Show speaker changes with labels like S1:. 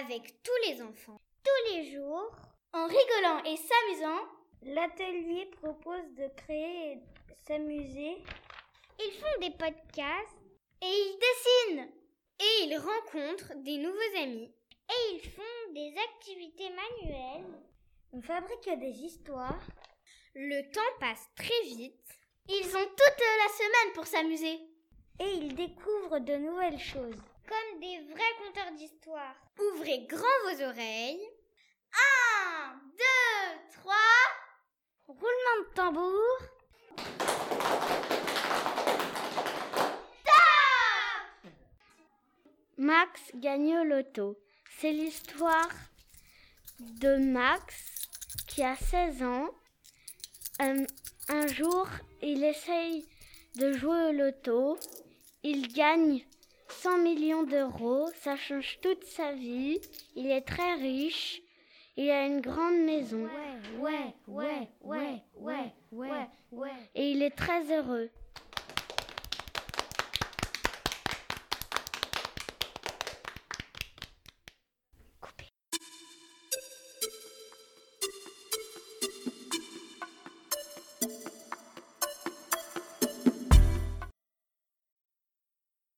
S1: avec tous les enfants. Tous les jours, en rigolant et s'amusant,
S2: L'atelier propose de créer et de s'amuser.
S1: ils font des podcasts et ils dessinent. Et ils rencontrent des nouveaux amis. Et ils font des activités manuelles.
S2: On fabrique des histoires.
S1: Le temps passe très vite. Ils ont toute la semaine pour s'amuser.
S2: Et ils découvrent de nouvelles choses.
S1: Comme des vrais conteurs d'histoire. Ouvrez grand vos oreilles. 1, 2, 3.
S2: Roulement de tambour. Max gagne au loto. C'est l'histoire de Max qui a 16 ans. Euh, un jour, il essaye de jouer au loto. Il gagne 100 millions d'euros. Ça change toute sa vie. Il est très riche. Il a une grande maison.
S3: ouais, ouais, ouais, ouais, ouais, ouais.
S2: Et il est très heureux.